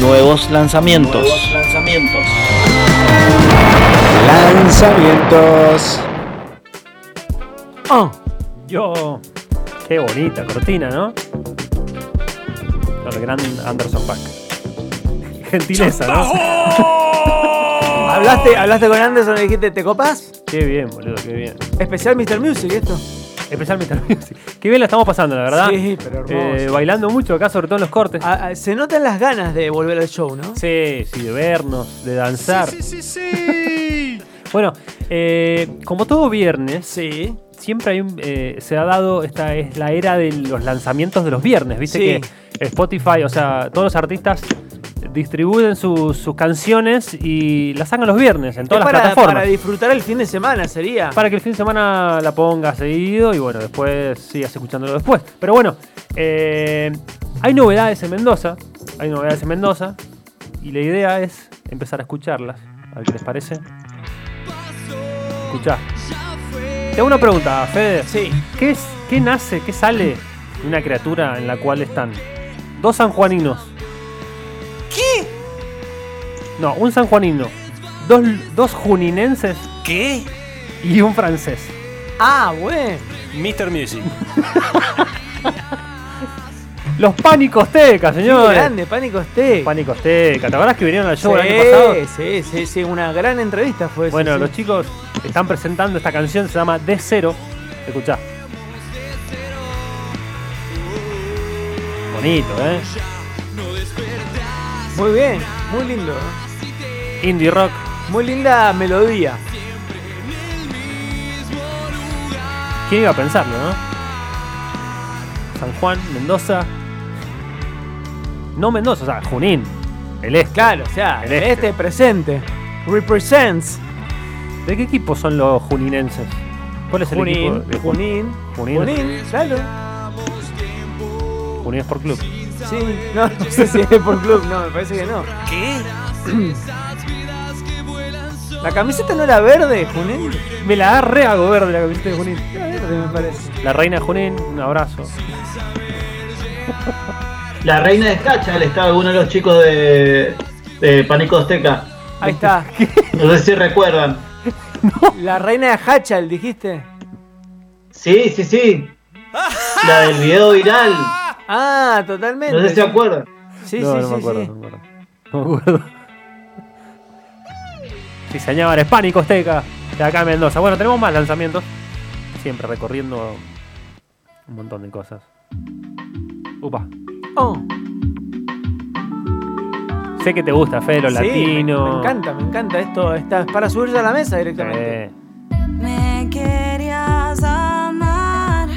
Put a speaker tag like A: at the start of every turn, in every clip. A: nuevos lanzamientos.
B: Nuevos lanzamientos.
C: Lanzamientos.
D: Oh, yo. Qué bonita cortina, ¿no? El gran Anderson Pack. Gentileza, ¿no?
E: ¿Hablaste, hablaste con Anderson y dijiste, ¿te copas?
D: qué bien, boludo, qué bien.
E: Especial Mr. Music esto.
D: Especialmente Qué bien la estamos pasando, la verdad.
E: Sí, pero hermoso.
D: Eh, bailando mucho acá, sobre todo en los cortes.
E: Ah, ah, se notan las ganas de volver al show, ¿no?
D: Sí, sí, de vernos, de danzar. Bueno, eh, como todo viernes,
E: Sí.
D: siempre hay un, eh, se ha dado, esta es la era de los lanzamientos de los viernes, viste
E: Sí.
D: que Spotify, o sea, todos los artistas distribuyen sus- sus canciones y las hagan los viernes en todas
E: Es
D: las
E: para,
D: plataformas.
E: para disfrutar el fin de semana sería.
D: para que el fin de semana la ponga seguido y bueno, después sigas escuchándolo después. Pero bueno, eh, hay novedades en Mendoza, hay novedades en Mendoza y la idea es empezar a escucharlas. A ver qué les parece. Escuchá. Te hago una pregunta, Fede.
E: Sí.
D: ¿Qué, es, ¿Qué nace, qué sale de una criatura en la cual están dos sanjuaninos? ¿Qué? No, un sanjuanino, dos, dos juninenses
B: ¿Qué?
D: y un francés.
E: Ah, bueno.
B: Mr. Music.
D: Los pánicos tecas, señores.
E: Grande, pánico Steak.
D: Pánicos tecas. ¿Te acordás que vinieron al show el año pasado?
E: Sí, sí, sí, sí, una gran entrevista fue esa,
D: Bueno,
E: sí.
D: los chicos están presentando esta canción, se llama De Cero. Escuchá. Bonito, ¿eh?
E: Muy bien, muy lindo. ¿eh?
D: Indie rock.
E: Muy linda melodía.
D: ¿Quién iba a pensarlo, no? San Juan, Mendoza. No Mendoza, o sea, Junín. El este.
E: Claro, o sea,
D: El
E: el
D: este.
E: este. presente. Represents
D: ¿De qué equipo son los juninenses? ¿Cuál es el equipo?
E: este.
D: de Jun-
E: Junín,
D: Junín.
E: Junín, Junín, claro.
D: Junín Sport Club.
E: Sí, no, no sé si es por club, no, me parece que no.
B: ¿Qué?
E: La camiseta no era verde, Junín.
D: Me la da re hago verde la camiseta de Junín.
E: Era verde, me parece.
D: La reina de Junín, un abrazo.
F: La reina de Escacha, él estaba uno de los chicos de, de Pánico Azteca.
E: Ahí está.
F: No sé si recuerdan.
E: La reina de Hachal, dijiste.
F: Sí, sí, sí. La del video viral.
E: Ah, totalmente.
F: No sé si se acuerdan.
E: Sí,
D: no,
E: sí,
D: no
E: sí,
D: me acuerdo,
E: sí.
D: no me acuerdo. No me acuerdo. Sí, señores, Pánico Azteca, de acá en Mendoza. Bueno, tenemos más lanzamientos. Siempre recorriendo un montón de cosas. Upa.
E: Oh,
D: Sé que te gusta, Fede, lo
E: sí,
D: latino.
E: Me, me encanta, me encanta esto. Está, es para subirse a la mesa directamente.
D: Eh,
G: Me querías amar,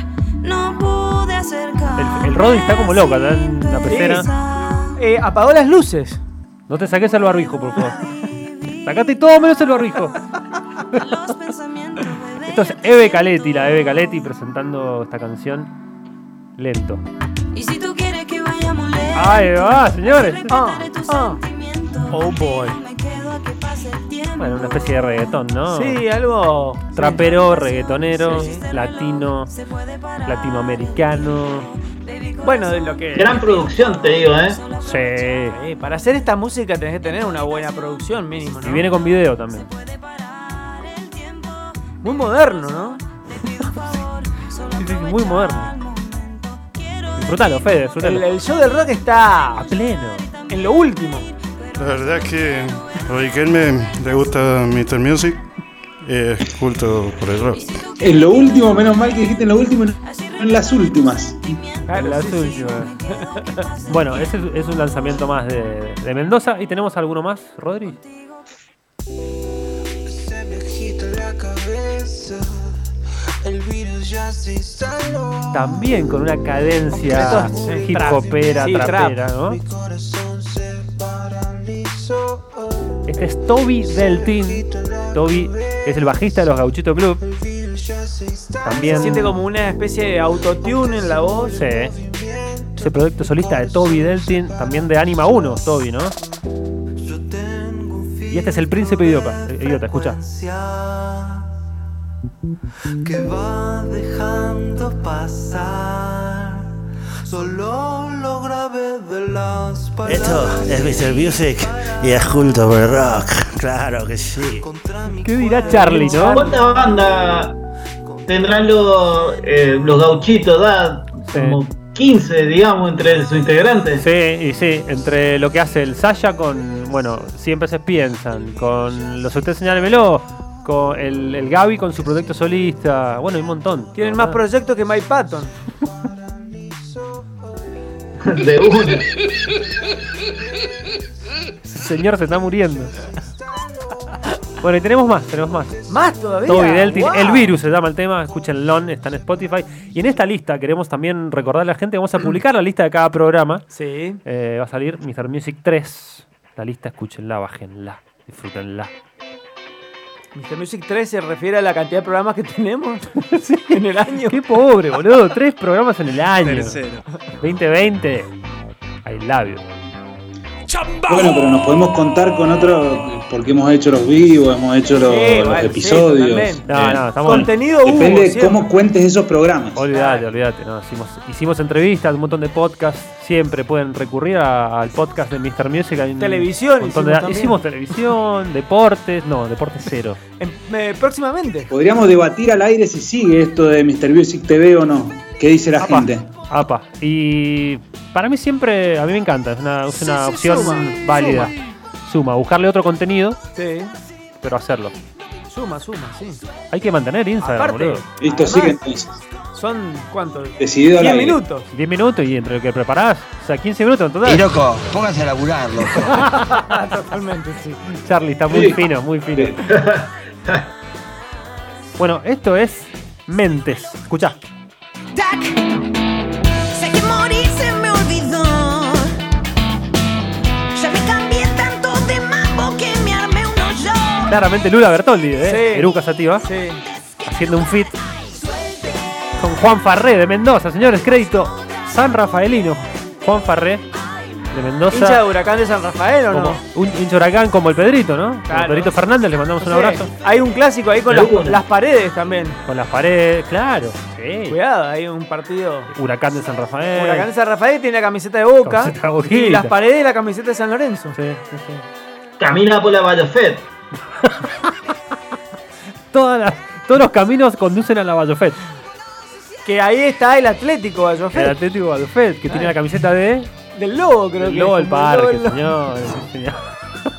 G: no pude acercarme.
D: El- el Rodri está como loco, está en la
G: sin
D: pecera.
G: pensar.
E: Eh, apagó las luces.
D: no te saques el barbijo, por favor. Sacate todo menos el barbijo.
G: Los pensamientos, bebé,
D: Esto es
G: yo te
D: Eve
G: siento.
D: Caletti, la Eve Caletti presentando esta canción. Lento.
G: Y si tú quieres que vayamos lejos.
D: Ahí va, señores.
G: respetaré tus
E: Ah, ah.
G: sentimientos.
E: Oh, boy.
G: Me quedo a que pase el tiempo.
D: Bueno, una especie de reggaetón, ¿no?
E: Sí, algo.
D: Trapero, reggaetonero,
G: Sí.
D: latino,
G: Se puede parar.
D: latinoamericano.
G: Baby,
E: Bueno, de lo que.
F: Gran producción, te digo, ¿eh?
D: Sí.
E: Eh, para hacer esta música tenés que tener una buena producción mínimo,
D: Y
E: ¿no?
D: viene con video también.
E: Muy moderno, ¿no?
D: Sí, sí, muy moderno. Disfrutalo, Fede, disfrutalo.
E: El, el show del rock está
D: A pleno.
E: en lo último.
H: La verdad que a Riquelme le gusta Mr. Music y es culto por el rock.
C: En lo último, menos mal que dijiste en lo último, no en las últimas.
E: Claro,
D: Ah, La
E: sí, sí.
D: última. Bueno, ese es- es un lanzamiento más de, de Mendoza. ¿Y tenemos alguno más, Rodri?
I: Se me agita la cabeza. El virus ya se instaló.
D: También con una cadencia
E: Esto es
D: hip
E: trap.
D: hopera,
E: Sí, trap.
D: trapera, ¿no?
I: Mi corazón se paralizó.
D: Este es Toby del Team. Toby es el bajista de los Gauchito Club. También.
E: Se siente como una especie de autotune en la voz.
D: Sí. Ese proyecto solista de Toby Deltin, también de Anima 1, Toby, ¿no? Y este es el príncipe idiota, eh, idiota escucha.
I: Que va dejando pasar Solo lo grave de las
A: Esto
I: palabras
A: es Mr. Music y es culto por el rock. Claro que sí.
I: contra mi
D: ¿Qué dirá Charlie, no?
F: ¿Cuántas bandas tendrán los, eh, los gauchitos, da?
D: Sí.
F: Como 15, digamos, entre sus integrantes.
D: Sí, y sí, entre lo que hace el Sasha con, bueno, siempre se piensan, con los usted señálmelo, con el, el Gaby con su proyecto solista, bueno, hay un montón.
E: Tienen más proyectos que Mike Patton.
F: De una.
D: Ese Señor, se está muriendo. Bueno, y tenemos más, tenemos más.
E: Más todavía.
D: Todo Vidal tiene-
E: Guau.
D: El virus se llama el tema, escúchenlo, está en Spotify. Y en esta lista queremos también recordarle a la gente, vamos a publicar la lista de cada programa.
E: Sí.
D: Eh, va a salir Mr. Music 3. La lista, escúchenla, bájenla, disfrútenla.
E: Mr. Music 3 se refiere a la cantidad de programas que tenemos en el año.
D: Qué pobre, boludo. Tres programas en el año. 2020. I love you.
C: Bueno, pero nos podemos contar con otro, porque hemos hecho los vivos, hemos hecho los,
E: Sí,
C: los
E: bueno, sí,
C: episodios.
E: totalmente.
D: No, no, estamos.
E: Contenido hubo.
C: Depende de
E: siempre.
C: cómo cuentes esos programas.
D: Olvídate, olvídate. No, hicimos, hicimos entrevistas, un montón de podcasts. Siempre pueden recurrir a- al podcast de Mr. Music. hay un
E: Televisión
D: montón
E: hicimos
D: de-
E: también.
D: hicimos televisión, deportes. No, deportes cero.
E: En- eh, próximamente.
C: Podríamos debatir al aire si sigue esto de Mr. Music TV o no. ¿Qué dice la
D: Apa,
C: gente?
D: apa. Y para mí siempre, a mí me encanta. Es una, es una opción
E: suma,
D: válida. suma, buscarle otro contenido,
E: Sí.
D: pero hacerlo.
E: Suma, suma, sí.
D: Hay que mantener Instagram,
E: Aparte,
D: boludo.
C: Listo,
E: además,
C: sigue entonces.
E: Son cuántos?
C: Decidido al
E: 10
C: aire.
E: minutos.
D: 10 minutos y entre lo que preparás, o sea, 15 minutos en total.
A: Y loco, pónganse a laburar, loco.
E: Totalmente, sí.
D: Charlie está muy
C: Sí.
D: fino, muy fino. bueno, esto es Mentes. Escuchá.
G: Tac. Sé que morir se me olvidó. Ya me cambié tanto de mambo que me armé uno yo.
D: Claramente Lula Bertoldi, ¿eh?
E: Sí.
D: Eruca Sativa,
E: Sí.
D: haciendo un fit con Juan Farré de Mendoza. Señores, crédito San Rafaelino. Juan Farré de
E: Hincha de
D: Mendoza.
E: Huracán de San Rafael, ¿o no?
D: Como un hincha huracán como el Pedrito, ¿no? Como El
E: Claro.
D: Pedrito Fernández, le mandamos un
E: Sí.
D: abrazo.
E: Hay un clásico ahí con
F: De
E: las,
F: una.
E: las paredes también.
D: Con las paredes, claro. sí. Eh.
E: Cuidado, hay un partido.
D: Huracán de San Rafael.
E: Huracán de San Rafael tiene la camiseta de Boca
D: Camiseta de Boquita.
E: y las paredes de la camiseta de San Lorenzo.
D: Sí, sí, sí.
F: Camina por la Ballafet.
D: Todas las- todos los caminos conducen a la Ballofet.
E: Que ahí está el Atlético
D: El
E: Bayofet.
D: Atlético Ballofet, que tiene la camiseta de
E: Del Lobo, creo
D: El
E: que.
D: Lobo
E: es,
D: del
E: como el Lobo
D: Parque,
E: del Lobo.
D: señor. señor.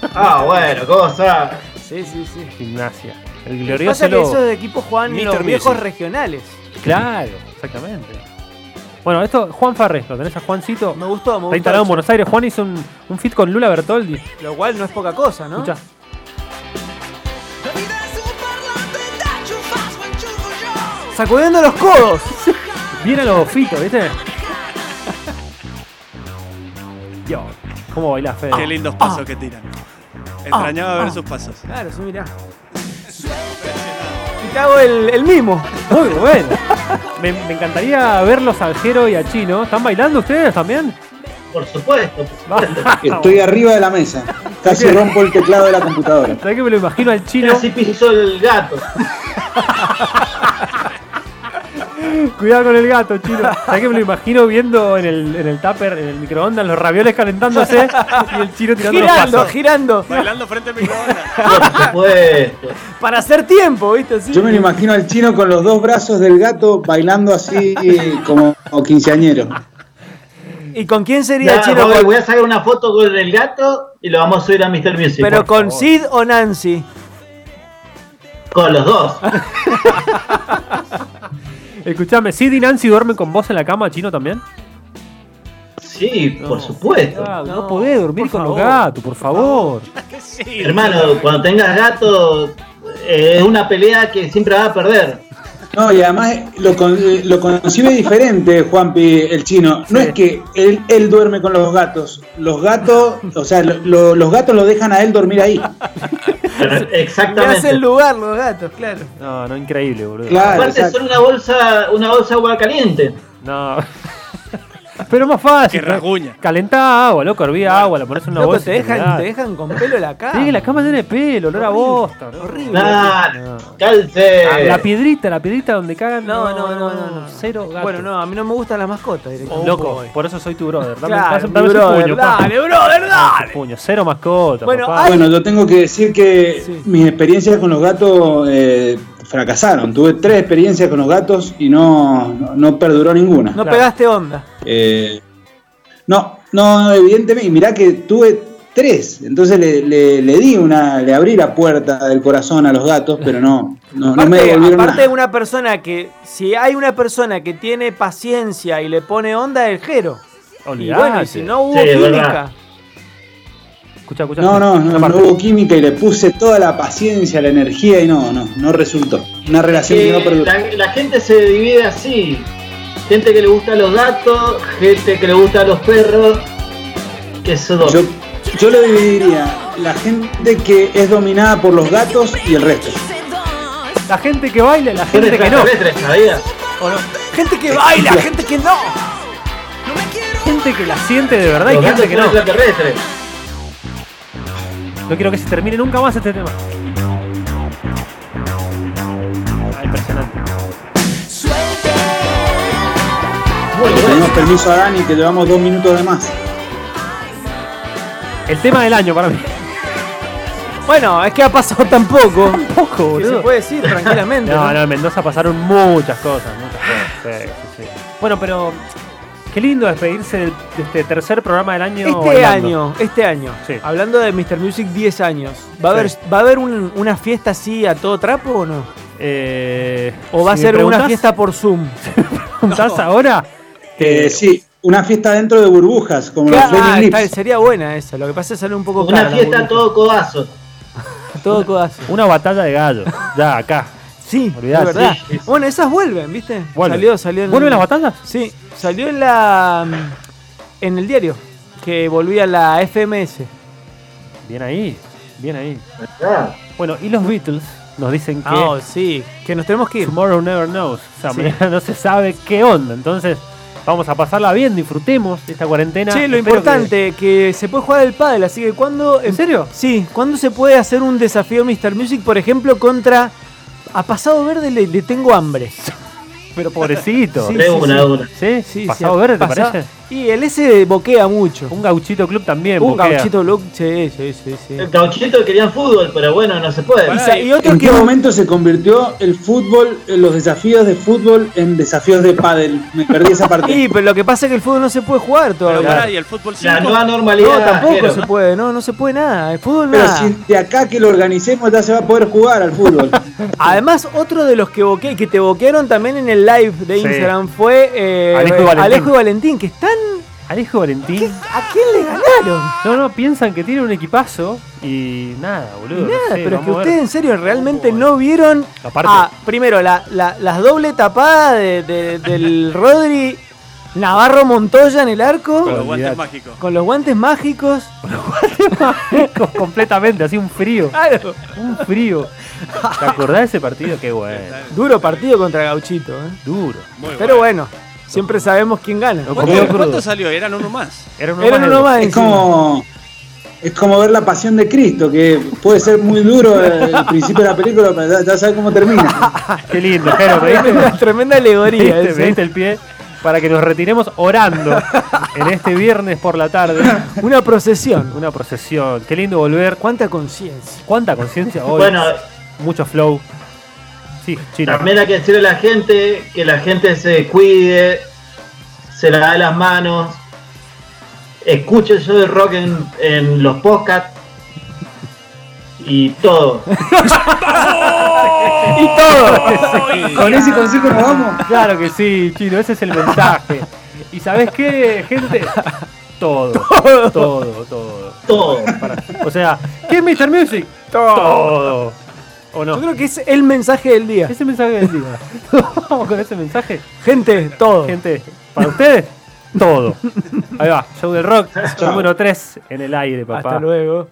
F: Ah, bueno, cosa.
E: Sí, sí, sí.
D: Gimnasia. El
E: Lo que
D: glorioso
E: pasa es que
D: Lobo.
E: esos equipos juegan en
B: Mr.
E: los viejos
B: Music.
E: regionales.
D: Claro, exactamente. Bueno, esto, Juan Farré, lo tenés a Juancito.
E: Me gustó, me
D: Está
E: gustó.
D: instalado en Buenos Aires. Juan hizo un, un fit con Lula Bertoldi.
E: Lo cual no es poca cosa, ¿no?
D: Escuchá.
E: Sacudiendo los codos.
D: Viene a los fitos, ¿viste? Yo, ¿cómo bailás, Fede?
J: Qué lindos pasos que tiran. Extrañaba ver sus pasos.
E: Ah. Claro, sí, mirá. Y te hago el, el mimo.
D: Muy bueno. Me, me encantaría verlos al Jero y a Chino. ¿Están bailando ustedes también?
F: Por supuesto.
C: Estoy arriba de la mesa. Casi rompo el teclado de la computadora.
D: ¿Sabés que me lo imagino al Chino?
F: Casi pisó el gato.
D: Cuidado con el gato, Chino. ¿Sabés que me lo imagino viendo en el, en el tupper, en el microondas, los ravioles calentándose y el Chino tirando los
E: Girando,
D: pasos?
E: girando.
J: Bailando frente al microondas.
E: Ah.
F: Por supuesto.
E: Para hacer tiempo, ¿viste? Así.
C: Yo me lo imagino al chino con los dos brazos del gato bailando así como, como quinceañero.
E: ¿Y con quién sería
F: Nada,
E: Chino?
F: voy,
E: Con-
F: voy a sacar una foto con el gato y lo vamos a subir a Mr. Music.
E: Pero con Sid o Nancy.
F: Con los dos.
D: Escuchame, ¿Sid y Nancy duermen con vos en la cama, Chino, también?
F: Sí, por supuesto.
E: Ah,
D: no, podés dormir con los gatos, por favor.
F: Hermano, cuando tengas gato, eh, es una pelea que siempre vas a perder.
C: No, y además lo, con- lo concibe diferente Juanpi, el chino. No es que él, él duerme con los gatos. Los gatos, o sea, lo- lo- los gatos lo dejan a él dormir ahí.
F: Pero-
E: Le hacen
F: exactamente.
E: lugar los gatos, claro.
D: No, no, increíble, boludo.
C: Claro,
F: Aparte
C: exacto.
F: son una bolsa, una bolsa de agua caliente.
D: No. Pero más fácil.
E: Que
D: ¿no?
E: rasguña.
D: Calentá agua, loco, hervía agua, la pones en una
E: Loco,
D: bolsa.
E: te
D: y
E: dejan,
D: la-
E: te dejan con pelo la cara.
D: Sí, la cama llena de pelo, olor a bosta. ¿no?
E: Horrible.
F: Nah, calce.
D: Ah, La piedrita, la piedrita donde cagan.
E: No, no, no, no, no.
D: Cero gato.
E: Bueno, no, a mí no me gustan las mascotas. directamente.
D: Loco, por eso soy tu brother. Dame,
E: Claro,
D: dame- dame
E: mi
D: ese
E: brother,
D: puño, pa.
E: dale, brother,
D: Dame
E: dale.
D: ese puño, cero mascota.
E: Bueno,
D: papá.
E: hay-
C: Bueno, yo tengo que decir que mis experiencias con los gatos eh, fracasaron. Tuve tres experiencias con los gatos y no, no, no perduró ninguna.
E: No
D: Claro.
E: pegaste onda.
C: Eh, no, no, evidentemente. Y mirá que tuve tres. Entonces le, le- le di una, le abrí la puerta del corazón a los gatos, pero no, no, no me
E: Aparte,
C: devolvieron
E: aparte
C: nada.
E: de una persona que, si hay una persona que tiene paciencia y le pone onda, es el Jero. Y
D: Olvidate.
E: bueno, y si no hubo
F: Sí, es
E: química.
F: verdad.
D: Escucha, escucha.
C: No, no, no, no hubo química y le puse toda la paciencia, la energía y no, no, no resultó. Una relación que
F: Eh,
C: no perduró.
F: la, la gente se divide así. Gente que le gusta los gatos, gente que le gusta los perros, que son dos.
C: Yo, yo lo dividiría. La gente que es dominada por los gatos y el resto.
D: La gente que baila, y la
F: Son
D: gente que no.
F: extraterrestres, ¿sabías?
E: Gente que baila, gente que no.
D: Gente que la siente de verdad y
F: Los
D: gente
F: gatos
D: que
F: son
D: no.
F: extraterrestres.
D: No quiero que se termine nunca más este tema. Ah, impresionante.
F: Muy
C: Le
F: bueno.
C: pedimos permiso a Dani que llevamos dos minutos de más.
D: El tema del año para mí.
E: Bueno, es que ha pasado tan poco.
D: Poco,
E: Que se
D: boludo.
E: puede decir tranquilamente.
D: No,
E: ¿no?
D: no, en Mendoza pasaron muchas cosas, muchas cosas. Sí, sí, sí. Bueno, pero qué lindo despedirse del- de este tercer programa del año.
E: Este
D: bailando.
E: año, este año,
D: Sí.
E: hablando de Mr. Music 10 años, ¿va a
D: Sí.
E: haber, ¿va a haber un- una fiesta así a todo trapo o no?
D: Eh,
E: ¿O va
D: si me
E: a ser una
D: preguntás-
E: fiesta por Zoom? Ah,
D: preguntás ahora?
C: Eh, sí, una fiesta dentro de burbujas, como los
E: Ah,
C: Flaming
E: está,
C: Lips.
E: sería buena esa, lo que pasa es salir un poco cara
F: Una
E: la
F: fiesta a
E: burbuja.
F: todo codazo.
E: todo codazo.
D: Una batalla de gallos. Ya, acá.
E: Sí, de
D: Olvidate.
E: verdad.
F: Sí, sí.
E: Bueno, esas vuelven, ¿viste?
D: Vuelven.
E: Salió, salió en,
D: ¿Vuelven las batallas?
E: Sí, salió en la en el diario que volvía la FMS.
D: Bien ahí, bien ahí.
F: Ah,
D: Bueno, y los Beatles nos dicen que
E: Ah, oh, sí, que nos tenemos que ir.
D: Tomorrow Never Knows. O sea,
E: Sí.
D: mañana no se sabe qué onda. Entonces, vamos a pasarla bien, disfrutemos de esta cuarentena.
E: Che, lo
D: Espero que-
E: importante, que... se puede jugar al pádel, así que cuando...
D: ¿En serio?
E: Sí, ¿cuándo se puede hacer un desafío Mr. Music, por ejemplo, contra... A Pasado Verde le, le tengo hambre.
D: Pero pobrecito.
E: Sí,
D: Sí,
F: de una a una.
D: sí.
E: Sí,
D: Pasado
E: sí,
D: verde, ¿te
E: pasa-
D: parece?
E: Y el S boquea mucho.
D: Un gauchito club también.
E: Un
D: boquea.
E: gauchito loco, sí, sí, sí, sí.
F: El gauchito querían fútbol, pero bueno, no se puede.
E: Y sa- Y, otro
C: ¿En
E: que...
C: qué momento se convirtió el fútbol, eh, los desafíos de fútbol en desafíos de pádel? Me perdí esa
E: Sí,
C: parte.
E: pero lo que pasa es que el fútbol no se puede jugar
J: Pero
E: todavía.
J: pará, y el fútbol
F: La
J: 5.
F: nueva
E: No,
F: normalidad.
E: tampoco
F: Jero.
E: se puede, no, no se puede nada. El fútbol
C: Pero
E: nada.
C: si de acá que lo organicemos ya se va a poder jugar al fútbol.
E: Además, otro de los que boque- que te boquearon también en el live de
D: Sí.
E: Instagram fue eh,
D: Alejo y Valentín.
E: Alejo y Valentín, que están.
D: Alejo Valentín.
E: ¿qué- ¿A quién le ganaron?
D: No, no, piensan que tiene un equipazo y nada, boludo. no
E: Nada,
D: sé,
E: pero es que
D: vamos a ver.
E: ustedes en serio realmente no vieron.
D: Aparte.
E: ah, primero, la, la, las doble tapada de- de- del Rodri Navarro Montoya en el arco.
J: Con los guantes
D: Olvidate.
J: mágicos.
E: Con los guantes mágicos.
D: Com- completamente, así un frío.
E: Claro.
D: Un frío. ¿Te acordás de ese partido? Qué bueno.
E: Duro partido contra Gauchito. ¿eh?
D: Duro.
J: Muy
E: Pero bueno, siempre sabemos quién gana.
D: Lo comió
J: ¿Cuánto,
D: crudo.
J: cuánto salió? Eran uno más.
D: Era uno
E: Era
D: más
E: uno
D: de-
E: más
C: es
E: encima.
C: como es como ver la pasión de Cristo, que puede ser muy duro eh, el principio de la película, pero ya, ya sabes cómo termina.
D: Qué lindo, Jero, ¿me diste?
E: Tremenda, tremenda
D: ¿Me
E: alegoría. ¿eh?
D: diste-
E: esa.
D: me diste el pie para que nos retiremos orando en este viernes por la tarde.
E: Una procesión.
D: Una procesión. Qué lindo volver.
E: Cuánta conciencia.
D: ¿Cuánta conciencia hoy?
F: Bueno.
D: Mucho flow. Sí, China.
F: También hay que decirle a la gente que la gente se cuide, se la da las manos, escuche yo de rock en, en los podcasts y todo.
D: Y todo.
C: Con ese consejo nos vamos.
D: Claro que sí, Chino, ese es el mensaje. ¿Y sabes qué, gente? Todo. Todo, todo.
F: Todo.
D: O sea, ¿qué es Mr. Music? Todo. ¿O
E: Yo
D: no?
E: creo que es el mensaje del día.
D: Ese mensaje del día. Vamos con ese mensaje.
E: Gente, todo.
D: Gente, para ustedes, todo. Ahí va, show del rock, número 3 en el aire, papá.
E: Hasta luego.